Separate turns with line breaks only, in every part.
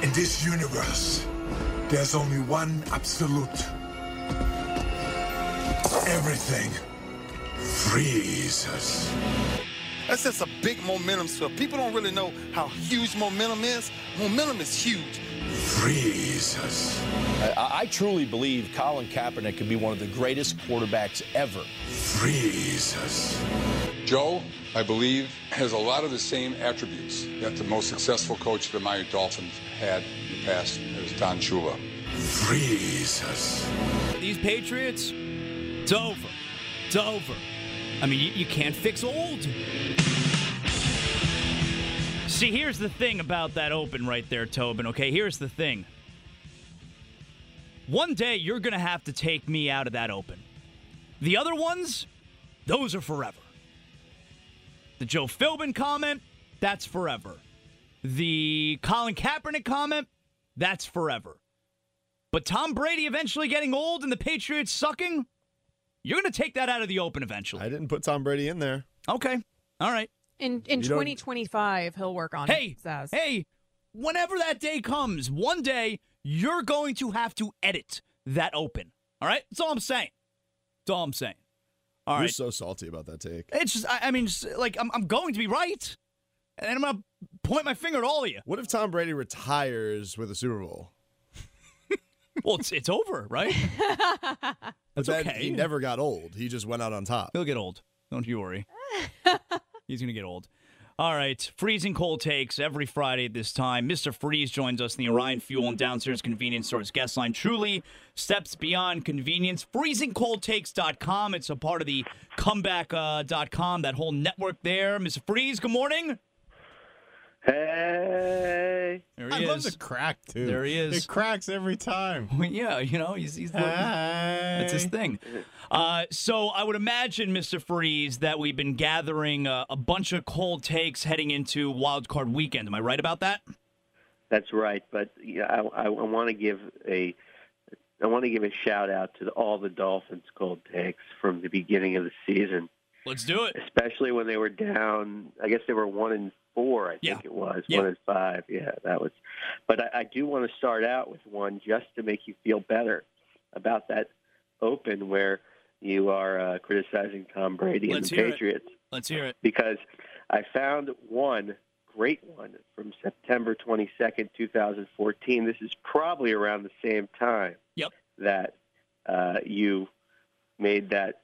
In this universe, there's only one absolute. Everything freezes.
That's just a big momentum swell. People don't really know how huge momentum is. Momentum is huge.
Freezes.
I, I truly believe Colin Kaepernick could be one of the greatest quarterbacks ever.
Freezes.
Joe, I believe, has a lot of the same attributes that the most successful coach the Miami Dolphins had in the past. It was Don Shula.
Freezes.
These Patriots, it's over. It's over. I mean, you, you can't fix old. See, here's the thing about that open right there, Tobin, okay? Here's the thing. One day you're going to have to take me out of that open. The other ones, those are forever. The Joe Philbin comment, that's forever. The Colin Kaepernick comment, that's forever. But Tom Brady eventually getting old and the Patriots sucking, you're going to take that out of the open eventually.
I didn't put Tom Brady in there.
Okay. All right.
In in
You don't-
2025, he'll work on
Hey,
it. Says.
hey, whenever that day comes, one day you're going to have to edit that open. All right? That's all I'm saying. That's all I'm saying. All
You're
right.
so salty about that take.
it's just, I, I mean, just, like, I'm, I'm going to be right. And I'm going to point my finger at all of you.
What if Tom Brady retires with a Super Bowl?
Well, it's, it's over, right?
But
That's
then
okay.
he never got old. He just went out on top.
He'll get old. Don't you worry. He's going to get old. All right. Freezing cold takes every Friday at this time. Mr. Freeze joins us in the Orion Fuel and Downstairs Convenience Store's guest line. Truly steps beyond convenience. FreezingColdTakes.com. It's a part of the comeback.com, uh, dot com, that whole network there. Mr. Freeze, good morning.
Hey.
There he
I love
is.
the crack too.
There he is.
It cracks every time.
yeah, you know, he's, he's
Ah.
That's his
Hey.
thing. Uh, so I would imagine, Mr. Freeze, that we've been gathering uh, a bunch of cold takes heading into Wild Card Weekend. Am I right about that?
That's right. But yeah, I, I, I want to give a I want to give a shout out to the, all the Dolphins cold takes from the beginning of the season,
Let's do it.
especially when they were down. I guess they were one in four. I think
Yeah.
it was
Yeah.
one in five. Yeah, that was. But I, I do want to start out with one just to make you feel better about that open where you are uh, criticizing Tom Brady
Let's
and
hear
the
it.
Patriots.
Let's hear it.
because I found one great one from September 22nd, 2014. This is probably around the same time
Yep.
that uh, you made that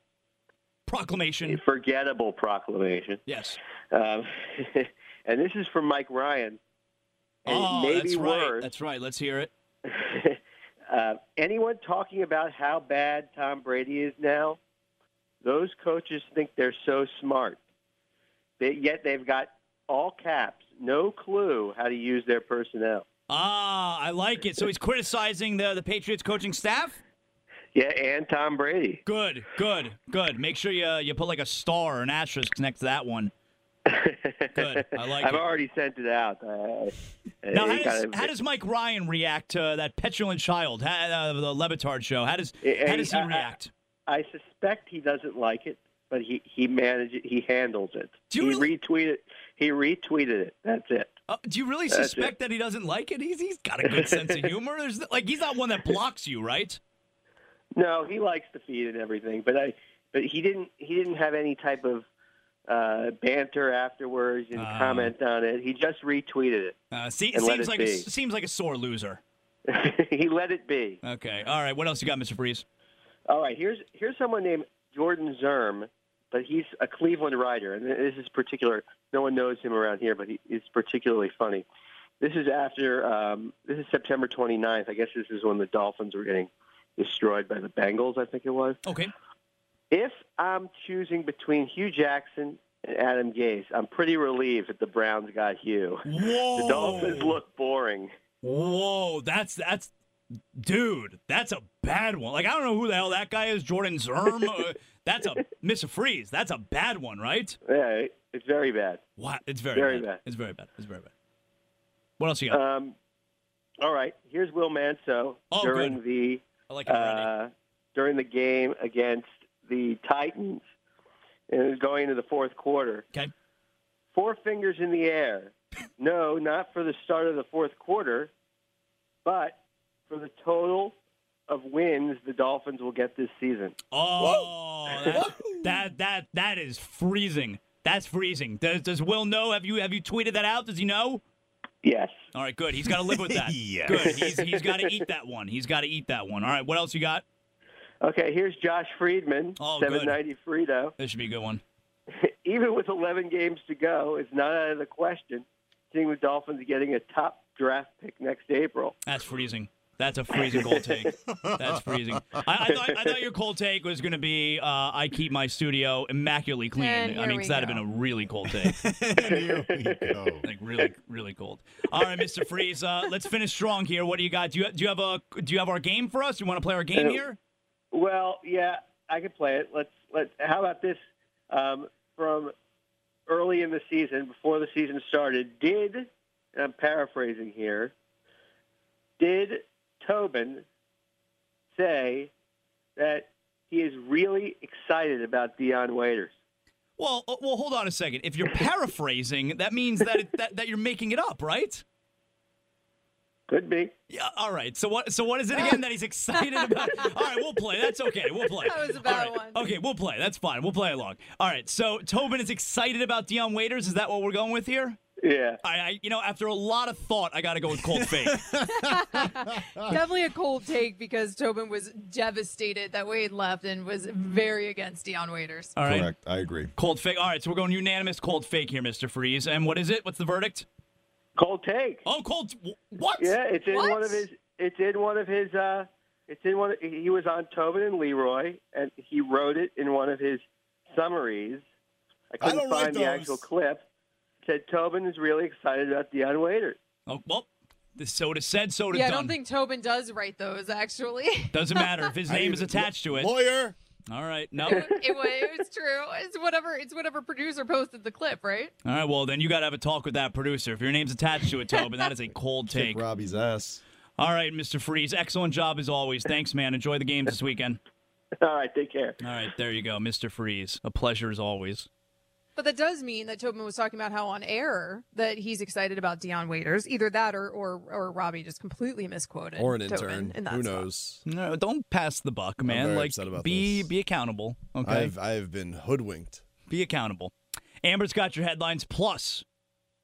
Proclamation.
forgettable proclamation.
Yes.
Um, and this is from Mike Ryan. And
oh,
maybe
that's right.
worse,
That's right. Let's hear it.
uh, anyone talking about how bad Tom Brady is now, those coaches think they're so smart. They, yet they've got all caps, no clue how to use their personnel.
Ah, I like it. So he's criticizing the the Patriots coaching staff.
Yeah, and Tom Brady.
Good, good, good. Make sure you uh, you put like a star or an asterisk next to that one. Good. I like
I've
it.
already sent it out. I, I-
Now, how
it
does,
kinda-
how does Mike Ryan react to that petulant child, how, uh, the Levitard show? How does
Eh,
how
eh,
does he
I- I-
react?
I suspect he doesn't like it, but he he manages he handles it.
Do you
he
really-
retweeted he retweeted it. That's it.
Uh, do you really
That's
suspect that he doesn't like it? He's he's got a good sense of humor. There's like he's not one that blocks you, right?
No, he likes the feed and everything, but I but he didn't he didn't have any type of uh, banter afterwards and
Ah.
comment on it. He just retweeted
Uh, see,
And let
seems
it
like a,
be.
seems like a sore loser.
it. he let it be.
Okay, all right. What else you got, Mr. Freeze?
All right, here's here's someone named Jordan Zerm, but he's a Cleveland writer, and this is particular. No one knows him around here, but he, he's particularly funny. This is after um, this is September 29th. I guess this is when the Dolphins were getting destroyed by the Bengals. I think it was.
Okay,
If I'm choosing between Hugh Jackson and Adam Gase, I'm pretty relieved that the Browns got Hugh.
whoa,
The Dolphins look boring.
Whoa, that's that's dude, that's a bad one. Like I don't know who the hell that guy is, Jordan Zerm. Uh, that's a miss a freeze. That's a bad one, right?
Yeah, it's very bad.
What? It's very,
Very
bad.
bad.
It's very bad. It's very bad. What else you got?
Um, all right, here's Will Manso
Oh,
during
good.
the
I like it
uh, during the game against the Titans, and it was going into the fourth quarter.
Okay.
Four fingers in the air. No, not for the start of the fourth quarter, but for the total of wins the Dolphins will get this season.
Oh, that's, that that that is freezing. That's freezing. Does does Will know? Have you have you tweeted that out? Does he know?
Yes.
All right, good. He's got to live with that.
Yes.
Good. He's he's got to eat that one. He's got to eat that one. All right. What else you got?
Okay, here's Josh Friedman,
Oh, good.
790 Frito.
This should be a good one.
even with 11 games to go, it's not out of the question seeing the Dolphins getting a top draft pick next April.
That's freezing. That's a freezing cold take. That's freezing. I, I, thought, I thought your cold take was going to be uh, I keep my studio immaculately clean.
And
I
here
mean,
we
'cause that'd have
go.
been a really cold take. Like really, really cold. All right, Mr. Freeze. Uh, let's finish strong here. What do you got? Do you do you have a do you have our game for us? You want to play our game
Uh,
here?
Well, yeah, I could play it. Let's let. How about this? Um, from early in the season, before the season started, did and I'm paraphrasing here. Did Tobin say that he is really excited about Dion Waiters?
Well, uh, well, hold on a second. If you're paraphrasing, that means that it, that that you're making it up, right?
Could be.
Yeah. All right. So what? So what is it again that he's excited about? All right, we'll play. That's okay. We'll play.
That was a
All
bad
right. Okay, we'll play. That's fine. We'll play along. All right. So Tobin is excited about Dion Waiters. Is that what we're going with here?
Yeah.
I, I you know, after a lot of thought, I got to go with cold fake.
Definitely a cold take because Tobin was devastated that Wade left and was very against Dion Waiters.
All right.
Correct. I agree.
Cold fake. All right. So we're going unanimous cold fake here, Mr. Freeze. And what is it? What's the verdict?
Cold take.
Oh, cold. What?
Yeah, it's in
What?
one of his. It's in one of his. Uh, it's in one. Of, he was on Tobin and Leroy, and he wrote it in one of his summaries. I
I
couldn't
don't write
find the actual
those.
clip. Said Tobin is really excited about Deion Waiters.
Oh, well, the soda said, soda
Yeah, I
done.
don't think Tobin does write those actually.
Doesn't matter if his name is attached to it.
Lawyer.
All right. No.
it, wa- it was true. It's whatever. It's whatever producer posted the clip, right?
All right, well then you got to have a talk with that producer. If your name's attached to it, Tobin, that is a cold take.
Kick Robbie's ass.
All right, Mr. Freeze, excellent job as always. Thanks, man. Enjoy the games this weekend.
All right, take care.
All right, there you go, Mr. Freeze. A pleasure as always.
But that does mean that Tobin was talking about how on air that he's excited about Dion Waiters. Either that or or, or Robbie just completely misquoted.
Or an
Tobin
intern.
in that
Who
spot.
knows?
No, don't pass the buck, man.
very
like
upset about
be be accountable. Okay.
I've I've been hoodwinked.
Be accountable. Amber's got your headlines plus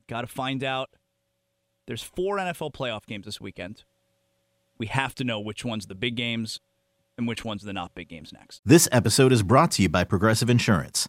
got to find out there's four NFL playoff games this weekend. We have to know which one's the big games and which one's the not big games next.
This episode is brought to you by Progressive Insurance.